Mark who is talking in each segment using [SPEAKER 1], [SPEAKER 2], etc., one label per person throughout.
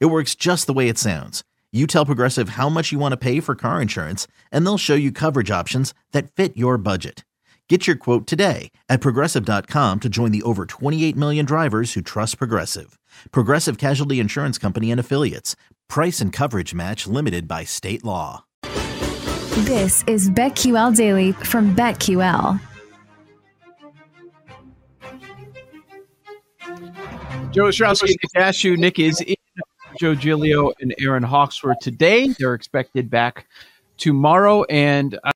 [SPEAKER 1] It works just the way it sounds. You tell Progressive how much you want to pay for car insurance, and they'll show you coverage options that fit your budget. Get your quote today at progressive.com to join the over 28 million drivers who trust Progressive. Progressive Casualty Insurance Company and Affiliates. Price and coverage match limited by state law.
[SPEAKER 2] This is BetQL Daily from BetQL.
[SPEAKER 3] Joe Ostrowski, Nick Ashew, Nick is in. Joe Gilio and Aaron Hawks were today. They're expected back tomorrow. And uh,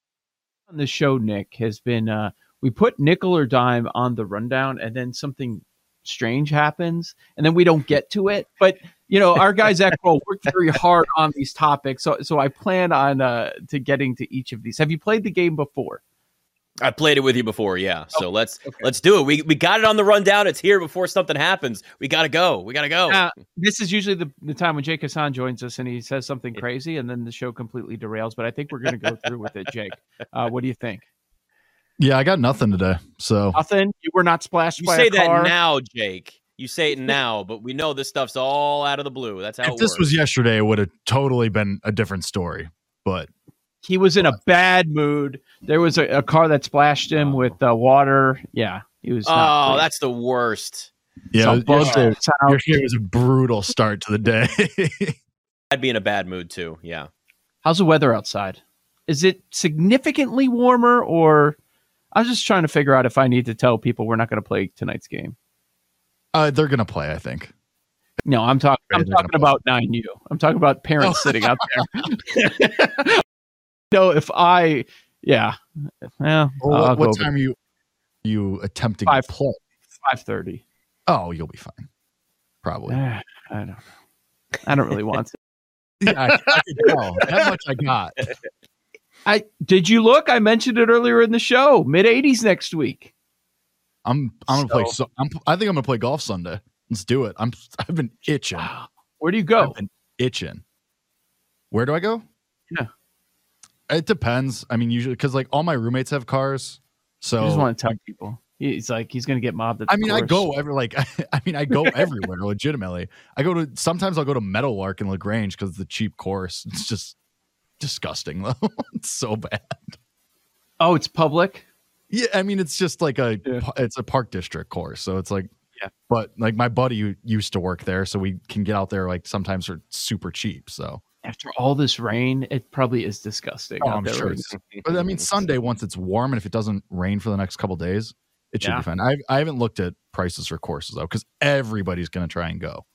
[SPEAKER 3] on the show, Nick has been. Uh, we put nickel or dime on the rundown, and then something strange happens, and then we don't get to it. But you know, our guys at Crow worked very hard on these topics, so so I plan on uh, to getting to each of these. Have you played the game before?
[SPEAKER 4] I played it with you before, yeah.
[SPEAKER 3] Oh,
[SPEAKER 4] So let's let's do it. We we got it on the rundown. It's here before something happens. We gotta go. We gotta go.
[SPEAKER 3] Uh, this is usually the, the time when Jake Hassan joins us and he says something crazy, and then the show completely derails. But I think we're going to go through with it, Jake. Uh, what do you think?
[SPEAKER 5] Yeah, I got nothing today. So
[SPEAKER 3] Nothing. You were not splashed
[SPEAKER 4] you
[SPEAKER 3] by
[SPEAKER 4] say
[SPEAKER 3] a
[SPEAKER 4] that
[SPEAKER 3] car.
[SPEAKER 4] now, Jake. You say it now, but we know this stuff's all out of the blue. That's how
[SPEAKER 5] if
[SPEAKER 4] it
[SPEAKER 5] this
[SPEAKER 4] works.
[SPEAKER 5] was yesterday, it would have totally been a different story. But
[SPEAKER 3] He was in a bad mood. There was a, a car that splashed him with uh, water. Yeah, he was. not
[SPEAKER 4] oh,
[SPEAKER 3] pleased.
[SPEAKER 4] that's the worst.
[SPEAKER 5] yeah,
[SPEAKER 3] Some bugs
[SPEAKER 5] yesterday,
[SPEAKER 3] in his house.
[SPEAKER 5] yesterday was a brutal start to the day.
[SPEAKER 4] I'd be in a bad mood too. Yeah.
[SPEAKER 3] How's the weather outside? Is it significantly warmer, or I was just trying to figure out if I need to tell people we're not going to play tonight's game.
[SPEAKER 5] uh, they're gonna play, I think.
[SPEAKER 3] No, I'm talking. I'm
[SPEAKER 5] They're gonna Oh.
[SPEAKER 3] talking
[SPEAKER 5] play.
[SPEAKER 3] about nine U. I'm talking about parents sitting out there. no, if I, yeah, well,
[SPEAKER 5] Well,
[SPEAKER 3] I'll
[SPEAKER 5] what, what
[SPEAKER 3] go
[SPEAKER 5] time are you are you attempting
[SPEAKER 3] Five.
[SPEAKER 5] to play?
[SPEAKER 3] Five thirty. Ah,
[SPEAKER 5] Oh, you'll be fine. Probably.
[SPEAKER 3] I don't. know. I don't really want to.
[SPEAKER 5] Yeah, I, I could tell. That much I got.
[SPEAKER 3] I did you look? I mentioned it earlier in the show. Mid 80s next week.
[SPEAKER 5] I'm I'm gonna play.
[SPEAKER 3] So-
[SPEAKER 5] So, I'm, I think I'm gonna play golf Sunday. Let's do it. I'm I've been itching.
[SPEAKER 3] Where do Ah, you go?
[SPEAKER 5] I've been itching. Where do I go?
[SPEAKER 3] Yeah.
[SPEAKER 5] It depends. I mean, usually because like all my roommates have cars, so
[SPEAKER 3] I just want to tell people. He's like he's going to get mobbed. At the
[SPEAKER 5] I mean, I
[SPEAKER 3] course.
[SPEAKER 5] go every like I mean, I go everywhere. legitimately, I go to sometimes I'll go to Meadow Lark in Lagrange because the cheap course. It's just disgusting though. it's so bad.
[SPEAKER 3] Oh, it's public.
[SPEAKER 5] Yeah, I mean, it's just like a
[SPEAKER 3] Yeah.
[SPEAKER 5] it's a park district course, so it's like
[SPEAKER 3] Yeah.
[SPEAKER 5] But like my buddy who used to work there, so we can get out there like sometimes for super cheap. So
[SPEAKER 3] After all this rain, it probably is disgusting.
[SPEAKER 5] Oh,
[SPEAKER 3] out
[SPEAKER 5] I'm
[SPEAKER 3] there
[SPEAKER 5] sure
[SPEAKER 3] right
[SPEAKER 5] it's- But I mean, Sunday once it's warm and if it doesn't rain for the next couple days, it should
[SPEAKER 3] Yeah.
[SPEAKER 5] be fine. I I haven't looked at prices for courses though, because everybody's gonna try and go.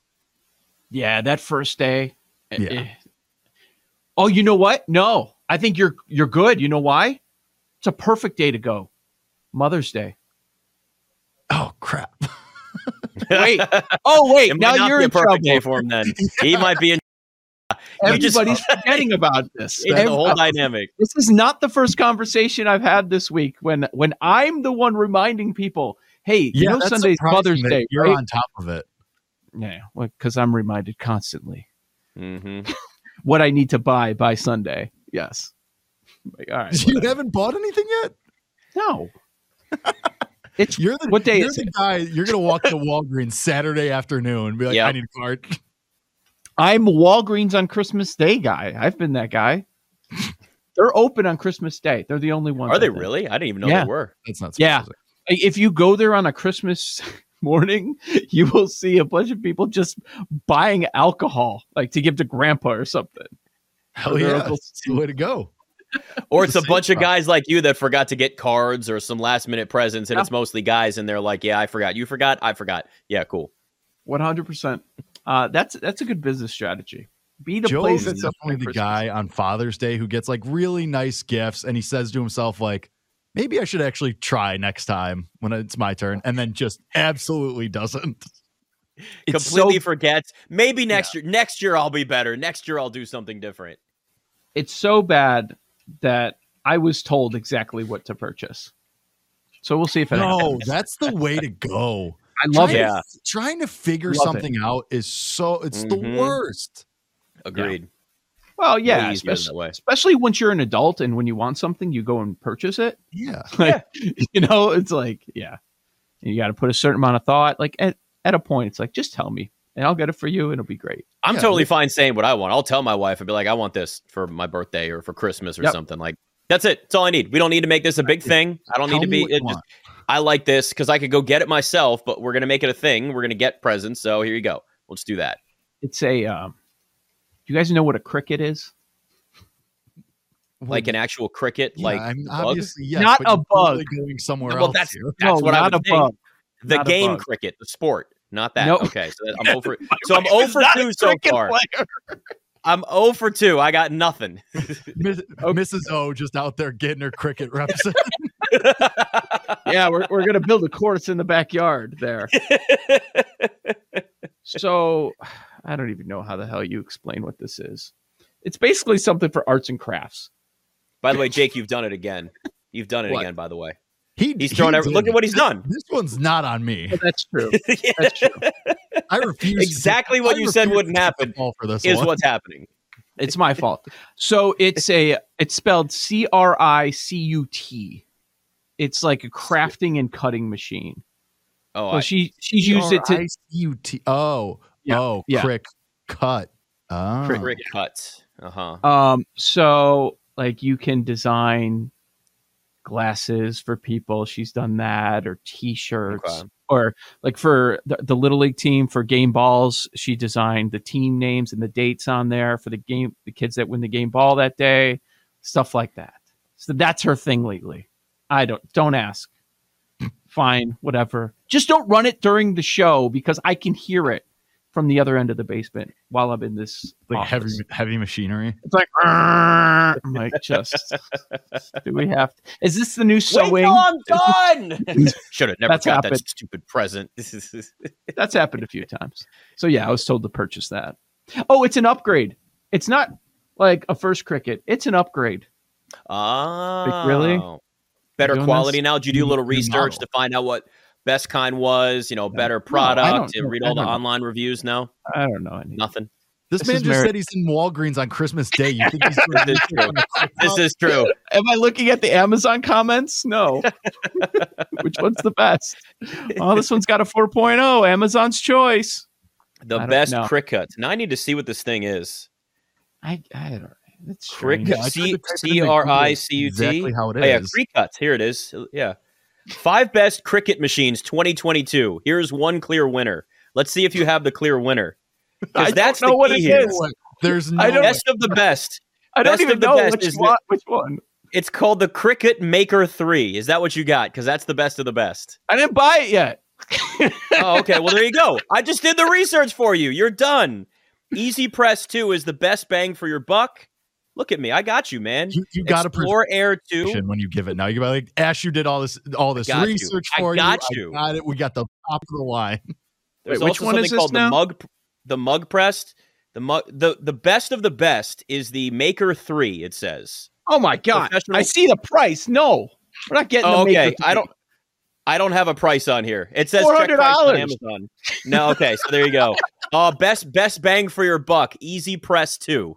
[SPEAKER 3] Yeah, that first day. eh,
[SPEAKER 5] Yeah.
[SPEAKER 3] eh. Oh, you know what? No, I think you're you're good. You know why? It's a perfect day to go. Mother's Day.
[SPEAKER 5] Oh crap!
[SPEAKER 3] Wait. Oh, wait.
[SPEAKER 4] It might
[SPEAKER 3] now
[SPEAKER 4] not
[SPEAKER 3] you're
[SPEAKER 4] be a
[SPEAKER 3] in trouble.
[SPEAKER 4] perfect day for him then. He might be in You just-
[SPEAKER 3] Everybody's forgetting about this.
[SPEAKER 4] it's the whole
[SPEAKER 3] Every-
[SPEAKER 4] dynamic.
[SPEAKER 3] this is not the first conversation I've had this week when when I'm the one reminding people, hey, you know
[SPEAKER 5] that's
[SPEAKER 3] Sunday's
[SPEAKER 5] surprising
[SPEAKER 3] Mother's
[SPEAKER 5] that
[SPEAKER 3] Day,
[SPEAKER 5] You're
[SPEAKER 3] right?
[SPEAKER 5] on top of it.
[SPEAKER 3] yeah, because I'm reminded constantly
[SPEAKER 4] hmm
[SPEAKER 3] what I need to buy by Sunday. Yes. Like, all right.
[SPEAKER 5] You haven't bought anything yet.
[SPEAKER 3] No. it's
[SPEAKER 5] You're the
[SPEAKER 3] What day
[SPEAKER 5] You're
[SPEAKER 3] is
[SPEAKER 5] the guy. You're gonna walk to Walgreens Saturday afternoon and be like,
[SPEAKER 4] Yeah.
[SPEAKER 5] "I need a card."
[SPEAKER 3] I'm Walgreens on Christmas Day guy. I've been that guy. They're open on Christmas Day. They're the only ones.
[SPEAKER 4] Are
[SPEAKER 3] I
[SPEAKER 4] they
[SPEAKER 3] think.
[SPEAKER 4] really? I didn't even know
[SPEAKER 3] Yeah.
[SPEAKER 4] they were.
[SPEAKER 5] That's not.
[SPEAKER 3] Yeah.
[SPEAKER 5] surprising.
[SPEAKER 3] I- If you go there on a Christmas morning, you will see a bunch of people just buying alcohol, like to give to grandpa or something.
[SPEAKER 5] Hell
[SPEAKER 3] Or their
[SPEAKER 5] yeah!
[SPEAKER 3] Uncle
[SPEAKER 5] It's the way to go.
[SPEAKER 4] Or it's a
[SPEAKER 5] Same
[SPEAKER 4] bunch of
[SPEAKER 5] problem.
[SPEAKER 4] guys like you that forgot to get cards or some last minute presents, and
[SPEAKER 3] Yeah.
[SPEAKER 4] it's mostly guys, and they're like, "Yeah, I forgot. You forgot. I forgot. Yeah, cool."
[SPEAKER 3] One hundred percent. Uh, That's that's a good business strategy. Be the
[SPEAKER 5] Joe
[SPEAKER 3] place.
[SPEAKER 5] is
[SPEAKER 3] that's open
[SPEAKER 5] definitely
[SPEAKER 3] on
[SPEAKER 5] the
[SPEAKER 3] Christmas.
[SPEAKER 5] guy on Father's Day who gets like really nice gifts, and he says to himself, like, maybe I should actually try next time when it's my turn, and then just absolutely doesn't.
[SPEAKER 3] It's
[SPEAKER 4] completely
[SPEAKER 3] so-
[SPEAKER 4] forgets. Maybe next year. Next year I'll be better. Next year I'll do something different.
[SPEAKER 3] It's so bad that I was told exactly what to purchase. So we'll see if it
[SPEAKER 5] No,
[SPEAKER 3] happens.
[SPEAKER 5] that's the way to go.
[SPEAKER 3] I love
[SPEAKER 5] trying
[SPEAKER 3] it.
[SPEAKER 4] Yeah.
[SPEAKER 5] To, trying to figure
[SPEAKER 3] Love it.
[SPEAKER 5] something out is so it's
[SPEAKER 4] Mhm.
[SPEAKER 5] the worst.
[SPEAKER 4] Agreed.
[SPEAKER 3] Well, yeah,
[SPEAKER 4] Way easier
[SPEAKER 3] especially,
[SPEAKER 4] that way.
[SPEAKER 3] especially once you're an adult and when you want something, you go and purchase it.
[SPEAKER 5] Yeah.
[SPEAKER 3] Like, you know, it's like, yeah, you got to put a certain amount of thought. Like at, at a point, it's like, just tell me and I'll get it for you. And it'll be great.
[SPEAKER 4] I'm
[SPEAKER 5] Yeah,
[SPEAKER 4] totally fine saying what I want. I'll tell my wife and be like, I want this for my birthday or for Christmas or
[SPEAKER 3] Yep.
[SPEAKER 4] something. Like that's it. That's all I need. We don't need to make this a big thing. I don't
[SPEAKER 5] Tell
[SPEAKER 4] need to
[SPEAKER 5] me
[SPEAKER 4] be.
[SPEAKER 5] what you
[SPEAKER 4] It just,
[SPEAKER 5] want.
[SPEAKER 4] I like this because I could go get it myself. But we're gonna make it a thing. We're gonna get presents. So here you go. Let's do that.
[SPEAKER 3] It's a, um, do you guys know what a cricket is?
[SPEAKER 4] Like an actual cricket.
[SPEAKER 5] Yeah,
[SPEAKER 4] like
[SPEAKER 5] I'm
[SPEAKER 4] bug.
[SPEAKER 5] obviously yes,
[SPEAKER 3] Not
[SPEAKER 5] but you're
[SPEAKER 3] a bug.
[SPEAKER 5] clearly going somewhere
[SPEAKER 4] Well,
[SPEAKER 5] else.
[SPEAKER 4] that's
[SPEAKER 5] here.
[SPEAKER 4] that's what I would think.
[SPEAKER 3] bug.
[SPEAKER 4] The
[SPEAKER 3] Not a
[SPEAKER 4] game
[SPEAKER 3] bug.
[SPEAKER 4] cricket, the sport, not that.
[SPEAKER 3] Nope.
[SPEAKER 4] Okay, so that- I'm over. So I'm over two so
[SPEAKER 3] Cricket
[SPEAKER 4] far.
[SPEAKER 3] player.
[SPEAKER 4] I'm over for two. I got nothing.
[SPEAKER 5] Miss- Mrs. O just out there getting her cricket reps. in.
[SPEAKER 3] yeah, we're, we're going to build a course in the backyard there. so I don't even know how the hell you explain what this is. It's basically something for arts and crafts.
[SPEAKER 4] by the way, Jake, you've done it again. You've done it
[SPEAKER 3] What?
[SPEAKER 4] again. By the way,
[SPEAKER 5] he,
[SPEAKER 4] he's throwing.
[SPEAKER 5] he
[SPEAKER 4] Every, look
[SPEAKER 5] did
[SPEAKER 4] at what he's done.
[SPEAKER 5] it. This one's not on me.
[SPEAKER 3] Well, that's true.
[SPEAKER 4] Yeah.
[SPEAKER 3] That's true.
[SPEAKER 5] I refuse. to-
[SPEAKER 4] Exactly what
[SPEAKER 5] I
[SPEAKER 4] you said
[SPEAKER 5] refuse
[SPEAKER 4] wouldn't
[SPEAKER 5] to take
[SPEAKER 4] happen
[SPEAKER 5] the fall for this
[SPEAKER 4] is
[SPEAKER 5] one.
[SPEAKER 4] what's happening.
[SPEAKER 3] It's my fault. So it's a it's spelled C R I C U T. It's like a crafting and cutting machine.
[SPEAKER 4] Oh,
[SPEAKER 3] So
[SPEAKER 4] I,
[SPEAKER 3] she she's used it to
[SPEAKER 5] C-R-I-C-U-T. Oh,
[SPEAKER 3] Yeah,
[SPEAKER 5] oh,
[SPEAKER 3] yeah.
[SPEAKER 5] crick cut. Ah.
[SPEAKER 4] cricket cuts. Uh huh.
[SPEAKER 3] um so like you can design glasses for people. She's done that or t-shirts
[SPEAKER 4] Okay.
[SPEAKER 3] or like for the, the little league team for game balls, she designed the team names and the dates on there for the game the kids that win the game ball that day, stuff like that. So that's her thing lately. I don't don't ask. Fine, whatever. Just don't run it during the show because I can hear it from the other end of the basement while I'm in this
[SPEAKER 5] Like
[SPEAKER 3] office.
[SPEAKER 5] heavy, heavy machinery.
[SPEAKER 3] It's like, "Arr." I'm like, just do we have? To, is this the new sewing?
[SPEAKER 4] I'm done. Should have never
[SPEAKER 3] That's
[SPEAKER 4] got
[SPEAKER 3] happened.
[SPEAKER 4] that stupid present. This is
[SPEAKER 3] That's happened a few times. So yeah, I was told to purchase that. Oh, it's an upgrade. It's not like a first cricket. It's an upgrade.
[SPEAKER 4] ah
[SPEAKER 3] really?
[SPEAKER 4] better
[SPEAKER 3] doing
[SPEAKER 4] quality
[SPEAKER 3] this?
[SPEAKER 4] now. Did you do a little
[SPEAKER 5] New
[SPEAKER 4] research
[SPEAKER 5] model.
[SPEAKER 4] to find out what best kind was? You know, better
[SPEAKER 3] don't
[SPEAKER 4] product.
[SPEAKER 3] know.
[SPEAKER 4] and read
[SPEAKER 3] I
[SPEAKER 4] all the
[SPEAKER 3] don't know.
[SPEAKER 4] online reviews. No,
[SPEAKER 3] I don't know. Any.
[SPEAKER 4] nothing.
[SPEAKER 5] This,
[SPEAKER 3] This
[SPEAKER 5] man
[SPEAKER 3] is
[SPEAKER 5] just
[SPEAKER 3] very-
[SPEAKER 5] said he's in Walgreens on Christmas Day. You think he's doing
[SPEAKER 4] This is true. This is true.
[SPEAKER 3] Am I looking at the Amazon comments? No. Which one's the best? Oh, this one's got a 4.0. Amazon's choice.
[SPEAKER 4] The
[SPEAKER 3] I don't
[SPEAKER 4] best
[SPEAKER 3] know.
[SPEAKER 4] cricket. Now I need to see what this thing is.
[SPEAKER 3] I, I don't. It's
[SPEAKER 4] Crick
[SPEAKER 3] strange.
[SPEAKER 5] I tried to
[SPEAKER 4] C
[SPEAKER 5] type it in the
[SPEAKER 4] C R I C U T.
[SPEAKER 5] exactly how it
[SPEAKER 4] Oh, yeah,
[SPEAKER 5] is.
[SPEAKER 4] free cuts. Here it is. Yeah. Five best cricket machines 2022. Here's one clear winner. Let's see if you have the clear winner. 'Cause
[SPEAKER 3] I
[SPEAKER 4] that's
[SPEAKER 3] don't know
[SPEAKER 4] the
[SPEAKER 3] what
[SPEAKER 4] key
[SPEAKER 3] it
[SPEAKER 4] here.
[SPEAKER 3] is.
[SPEAKER 5] There's no
[SPEAKER 3] I don't-
[SPEAKER 4] Best of the best.
[SPEAKER 3] I don't
[SPEAKER 4] Best
[SPEAKER 3] even
[SPEAKER 4] of the
[SPEAKER 3] know
[SPEAKER 4] best,
[SPEAKER 3] which
[SPEAKER 4] isn't it?
[SPEAKER 3] one, which one.
[SPEAKER 4] It's called the Cricket Maker 3. Is that what you got? Because that's the best of the best.
[SPEAKER 3] I didn't buy it yet.
[SPEAKER 4] Oh, okay. Well, there you go. I just did the research for you. You're done. Easy Press 2 is the best bang for your buck. Look at me. I got you, man.
[SPEAKER 5] you, you got a
[SPEAKER 4] Explore Air 2.
[SPEAKER 5] prescription when you give it now. You gotta be like, Ash, you did all this all this
[SPEAKER 4] got you.
[SPEAKER 5] research
[SPEAKER 4] I
[SPEAKER 5] for
[SPEAKER 4] got
[SPEAKER 5] you.
[SPEAKER 4] you.
[SPEAKER 5] I got it. We got the top of the line.
[SPEAKER 4] There's
[SPEAKER 3] Wait, which
[SPEAKER 4] also
[SPEAKER 3] one
[SPEAKER 4] something
[SPEAKER 3] is this
[SPEAKER 4] called
[SPEAKER 3] now?
[SPEAKER 4] the mug, the mug pressed. The mug, the the best of the best is the Maker Three. It says.
[SPEAKER 3] Oh my god!
[SPEAKER 4] Professional-
[SPEAKER 3] I see the price. No, we're not getting.
[SPEAKER 4] Oh,
[SPEAKER 3] the
[SPEAKER 4] okay.
[SPEAKER 3] Maker
[SPEAKER 4] I don't. I don't have a price on here. It says check price on
[SPEAKER 3] $400.
[SPEAKER 4] Amazon. No, okay. So there you go. Uh, best best bang for your buck. Easy Press Two.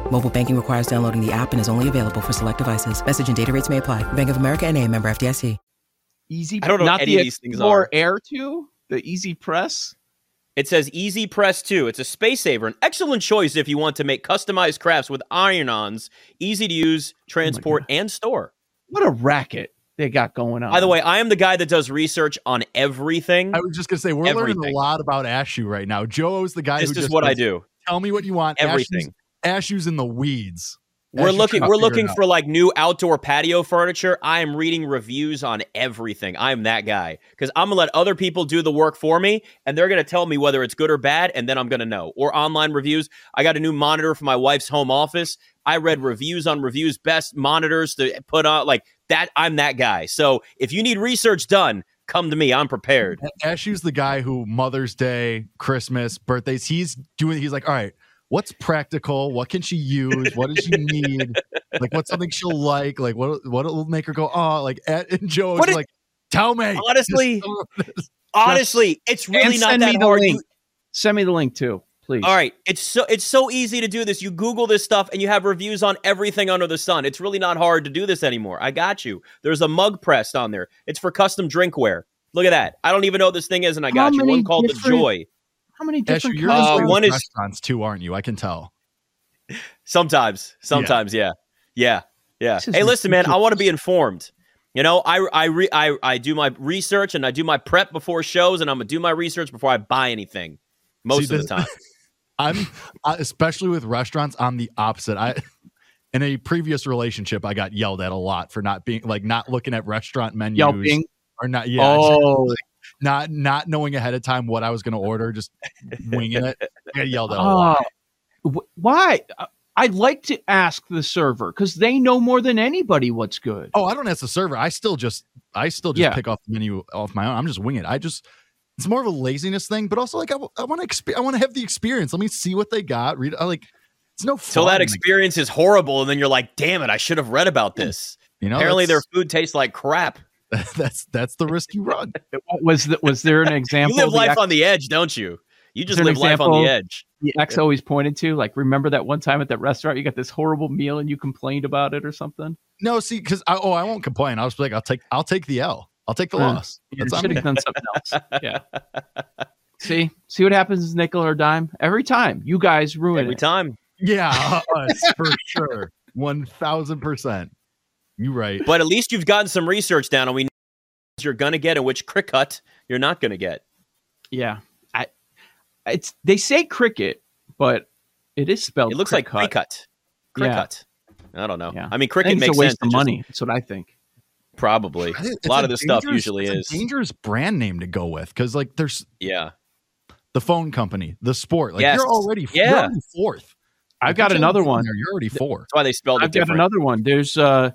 [SPEAKER 6] Mobile banking requires downloading the app and is only available for select devices. Message and data rates may apply. Bank of America and a member FDIC.
[SPEAKER 3] Easy.
[SPEAKER 4] I don't know
[SPEAKER 3] Not
[SPEAKER 4] what any
[SPEAKER 3] the
[SPEAKER 4] of these things
[SPEAKER 3] Explorer
[SPEAKER 4] are.
[SPEAKER 3] Air Two, the Easy Press.
[SPEAKER 4] It says Easy Press 2. It's a space saver, an excellent choice if you want to make customized crafts with iron ons, easy to use, transport,
[SPEAKER 3] Oh
[SPEAKER 4] and store.
[SPEAKER 3] What a racket they got going on.
[SPEAKER 4] By the way, I am the guy that does research on everything.
[SPEAKER 5] I was just gonna say we're learning
[SPEAKER 4] Everything.
[SPEAKER 5] a lot about Ashu right now. Joe is the guy
[SPEAKER 4] This
[SPEAKER 5] who
[SPEAKER 4] is
[SPEAKER 5] just
[SPEAKER 4] what I
[SPEAKER 5] goes,
[SPEAKER 4] do.
[SPEAKER 5] Tell me what you want.
[SPEAKER 4] Everything.
[SPEAKER 5] Ashu's, Ashu's in the weeds.
[SPEAKER 4] We're
[SPEAKER 5] Ashu's
[SPEAKER 4] looking
[SPEAKER 5] trying to
[SPEAKER 4] we're
[SPEAKER 5] figure it
[SPEAKER 4] looking
[SPEAKER 5] out.
[SPEAKER 4] for like new outdoor patio furniture. I am reading reviews on everything. I am that guy cuz I'm going to let other people do the work for me and they're going to tell me whether it's good or bad and then I'm going to know. Or online reviews. I got a new monitor for my wife's home office. I read reviews on reviews best monitors to put on like that I'm that guy. So if you need research done, come to me. I'm prepared.
[SPEAKER 5] Ashu's the guy who Mother's Day, Christmas, birthdays, he's doing he's like, all right, what's practical? What can she use? What does she need? like what's something she'll like? Like what what'll make her go, oh, like at, and Joe
[SPEAKER 4] What
[SPEAKER 5] is
[SPEAKER 4] is-
[SPEAKER 5] like, tell me.
[SPEAKER 4] Honestly-
[SPEAKER 5] Just uh, tell me.
[SPEAKER 4] Honestly, it's really
[SPEAKER 3] and
[SPEAKER 4] not
[SPEAKER 3] send
[SPEAKER 4] that
[SPEAKER 3] me the
[SPEAKER 4] hard. You-
[SPEAKER 3] link. Send me the link too, please.
[SPEAKER 4] All right, it's so it's so easy to do this. You Google this stuff and you have reviews on everything under the sun. It's really not hard to do this anymore. I got you. There's a mug pressed on there. It's for custom drinkware. Look at that. I don't even know what this thing is, and I
[SPEAKER 3] How
[SPEAKER 4] got you. One
[SPEAKER 3] many
[SPEAKER 4] called the
[SPEAKER 3] different-
[SPEAKER 4] Joy.
[SPEAKER 3] How many
[SPEAKER 5] Ashu,
[SPEAKER 3] different
[SPEAKER 5] you're
[SPEAKER 4] Uh,
[SPEAKER 5] uh,
[SPEAKER 3] kinds of-
[SPEAKER 4] one
[SPEAKER 5] one
[SPEAKER 4] is-
[SPEAKER 5] is restaurants too, aren't you? I can tell.
[SPEAKER 4] Sometimes, sometimes, yeah, yeah, yeah.
[SPEAKER 3] This is
[SPEAKER 4] Hey, listen, man, I want to be informed. You know, I I, re, I I do my research and I do my prep before shows, and I'm gonna do my research before I buy anything. Most
[SPEAKER 5] See,
[SPEAKER 4] of the
[SPEAKER 5] this-
[SPEAKER 4] time,
[SPEAKER 5] I'm I- especially with restaurants. I'm the opposite. I in a previous relationship, I got yelled at a lot for not being like not looking at restaurant menus
[SPEAKER 3] Yelping.
[SPEAKER 5] or not. Yeah,
[SPEAKER 3] oh,
[SPEAKER 5] not not knowing ahead of time what I was going to order, just winging it. I got yelled at a lot.
[SPEAKER 3] Ah, wh- why? I- I'd like to ask the server because they know more than anybody what's good.
[SPEAKER 5] Oh, I don't ask the server. I still just I still just
[SPEAKER 3] Yeah.
[SPEAKER 5] pick off the menu off my own. I'm just winging it. I just it's more of a laziness thing, but also like I, want to exp- I want to have the experience. Let me see what they got. Read I, like it's no fun.
[SPEAKER 4] till that
[SPEAKER 5] Like,
[SPEAKER 4] experience is horrible, and then you're like, "Damn it, I should have read about this."
[SPEAKER 5] you know,
[SPEAKER 4] Apparently, their
[SPEAKER 5] that's,
[SPEAKER 4] food tastes like crap.
[SPEAKER 5] that's that's the risk you run.
[SPEAKER 3] What was that? Was there an
[SPEAKER 4] You
[SPEAKER 3] example?
[SPEAKER 4] live
[SPEAKER 3] the
[SPEAKER 4] life
[SPEAKER 3] ex-
[SPEAKER 4] on the edge, don't you? You just
[SPEAKER 3] an
[SPEAKER 4] live life on
[SPEAKER 3] example?
[SPEAKER 4] the edge.
[SPEAKER 3] the ex always pointed to. Like, remember that one time at that restaurant, you got this horrible meal and you complained about it or something.
[SPEAKER 5] No, see, because I oh I won't complain. I'll just be like I'll take I'll take the L. I'll take the
[SPEAKER 3] Uh,
[SPEAKER 5] loss.
[SPEAKER 3] You
[SPEAKER 5] That's on
[SPEAKER 3] should
[SPEAKER 5] me.
[SPEAKER 3] have done something else. Yeah. See, see what happens is nickel or dime. Every time you guys ruin
[SPEAKER 4] Every
[SPEAKER 3] it.
[SPEAKER 4] time.
[SPEAKER 5] Yeah, us, for sure, one thousand percent. You right.
[SPEAKER 4] But at least you've gotten some research down and we know what you're gonna get and which cricket you're not gonna get.
[SPEAKER 3] Yeah. I. It's they say cricket, but it is spelled.
[SPEAKER 4] It looks
[SPEAKER 3] Oh, cricut.
[SPEAKER 4] like cricket.
[SPEAKER 3] Yeah.
[SPEAKER 4] Cricket. I don't know.
[SPEAKER 3] Yeah.
[SPEAKER 4] I mean
[SPEAKER 3] I
[SPEAKER 4] cricket
[SPEAKER 3] think
[SPEAKER 4] makes
[SPEAKER 3] it's a waste
[SPEAKER 4] sense.
[SPEAKER 3] of
[SPEAKER 4] It just-
[SPEAKER 3] money. That's what I think.
[SPEAKER 4] probably.
[SPEAKER 5] I think
[SPEAKER 4] A
[SPEAKER 5] it's
[SPEAKER 4] lot of this stuff
[SPEAKER 5] dangerous-
[SPEAKER 4] usually
[SPEAKER 5] it's a
[SPEAKER 4] is.
[SPEAKER 5] dangerous brand name to go with because like there's
[SPEAKER 4] Yeah.
[SPEAKER 5] the phone company, the sport. Like
[SPEAKER 4] Yes.
[SPEAKER 5] you're already you're
[SPEAKER 4] Yeah.
[SPEAKER 5] already fourth.
[SPEAKER 3] I've
[SPEAKER 5] Like,
[SPEAKER 3] got
[SPEAKER 5] you can't
[SPEAKER 3] another
[SPEAKER 5] be in
[SPEAKER 3] one.
[SPEAKER 5] there, You're already four.
[SPEAKER 4] That's why they spelled it
[SPEAKER 3] I've got
[SPEAKER 4] different.
[SPEAKER 3] another one. There's uh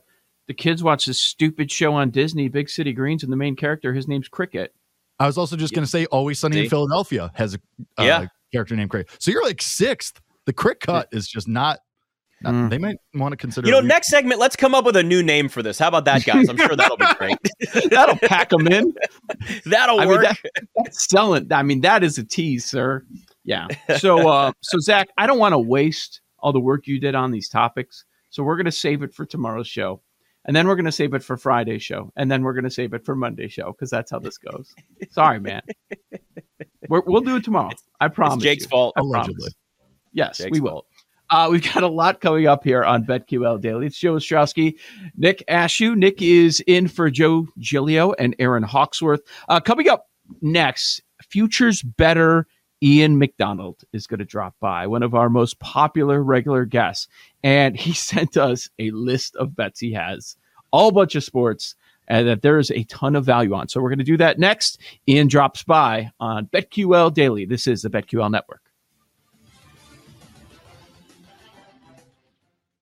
[SPEAKER 3] the kids watch this stupid show on Disney, Big City Greens, and the main character, his name's Cricket.
[SPEAKER 5] I was also just gonna say Always Sunny
[SPEAKER 4] See?
[SPEAKER 5] in Philadelphia has a uh,
[SPEAKER 4] Yeah.
[SPEAKER 5] character named Craig. So you're like sixth. The crick cut is just not, not
[SPEAKER 4] Hmm.
[SPEAKER 3] Mm.
[SPEAKER 5] they might want to consider
[SPEAKER 4] you know,
[SPEAKER 5] re-
[SPEAKER 4] next segment, let's come up with a new name for this. How about that, guys? I'm sure that'll be great.
[SPEAKER 3] That'll pack them in.
[SPEAKER 4] That'll
[SPEAKER 3] I mean,
[SPEAKER 4] work.
[SPEAKER 3] that- that's selling. I mean, that is a tease, sir. Yeah. So, uh, so Zach, I don't want to waste all the work you did on these topics. So we're going to save it for tomorrow's show, and then we're going to save it for Friday's show, and then we're going to save it for Monday's show because that's how this goes. Sorry, man. We're, we'll do it tomorrow. I promise.
[SPEAKER 4] it's Jake's
[SPEAKER 3] you.
[SPEAKER 4] fault.
[SPEAKER 3] I promise.
[SPEAKER 5] allegedly.
[SPEAKER 3] Yes,
[SPEAKER 4] Jake's
[SPEAKER 3] we will.
[SPEAKER 4] fault.
[SPEAKER 3] Uh, we've got a lot coming up here on BetQL Daily. It's Joe Ostrowski, Nick Ashew. Nick is in for Joe Gilio and Aaron Hawksworth. Uh, coming up next, Futures Better Ian McDonald is going to drop by, one of our most popular regular guests. And he sent us a list of bets he has, all bunch of sports, and that there is a ton of value on. So we're going to do that next. Ian drops by on BetQL Daily. This is the BetQL Network.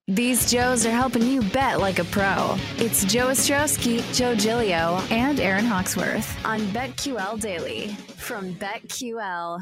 [SPEAKER 2] These Joes are helping you bet like a pro. It's Joe Ostrowski, Joe Gilio, and Aaron Hawksworth on BetQL Daily from BetQL.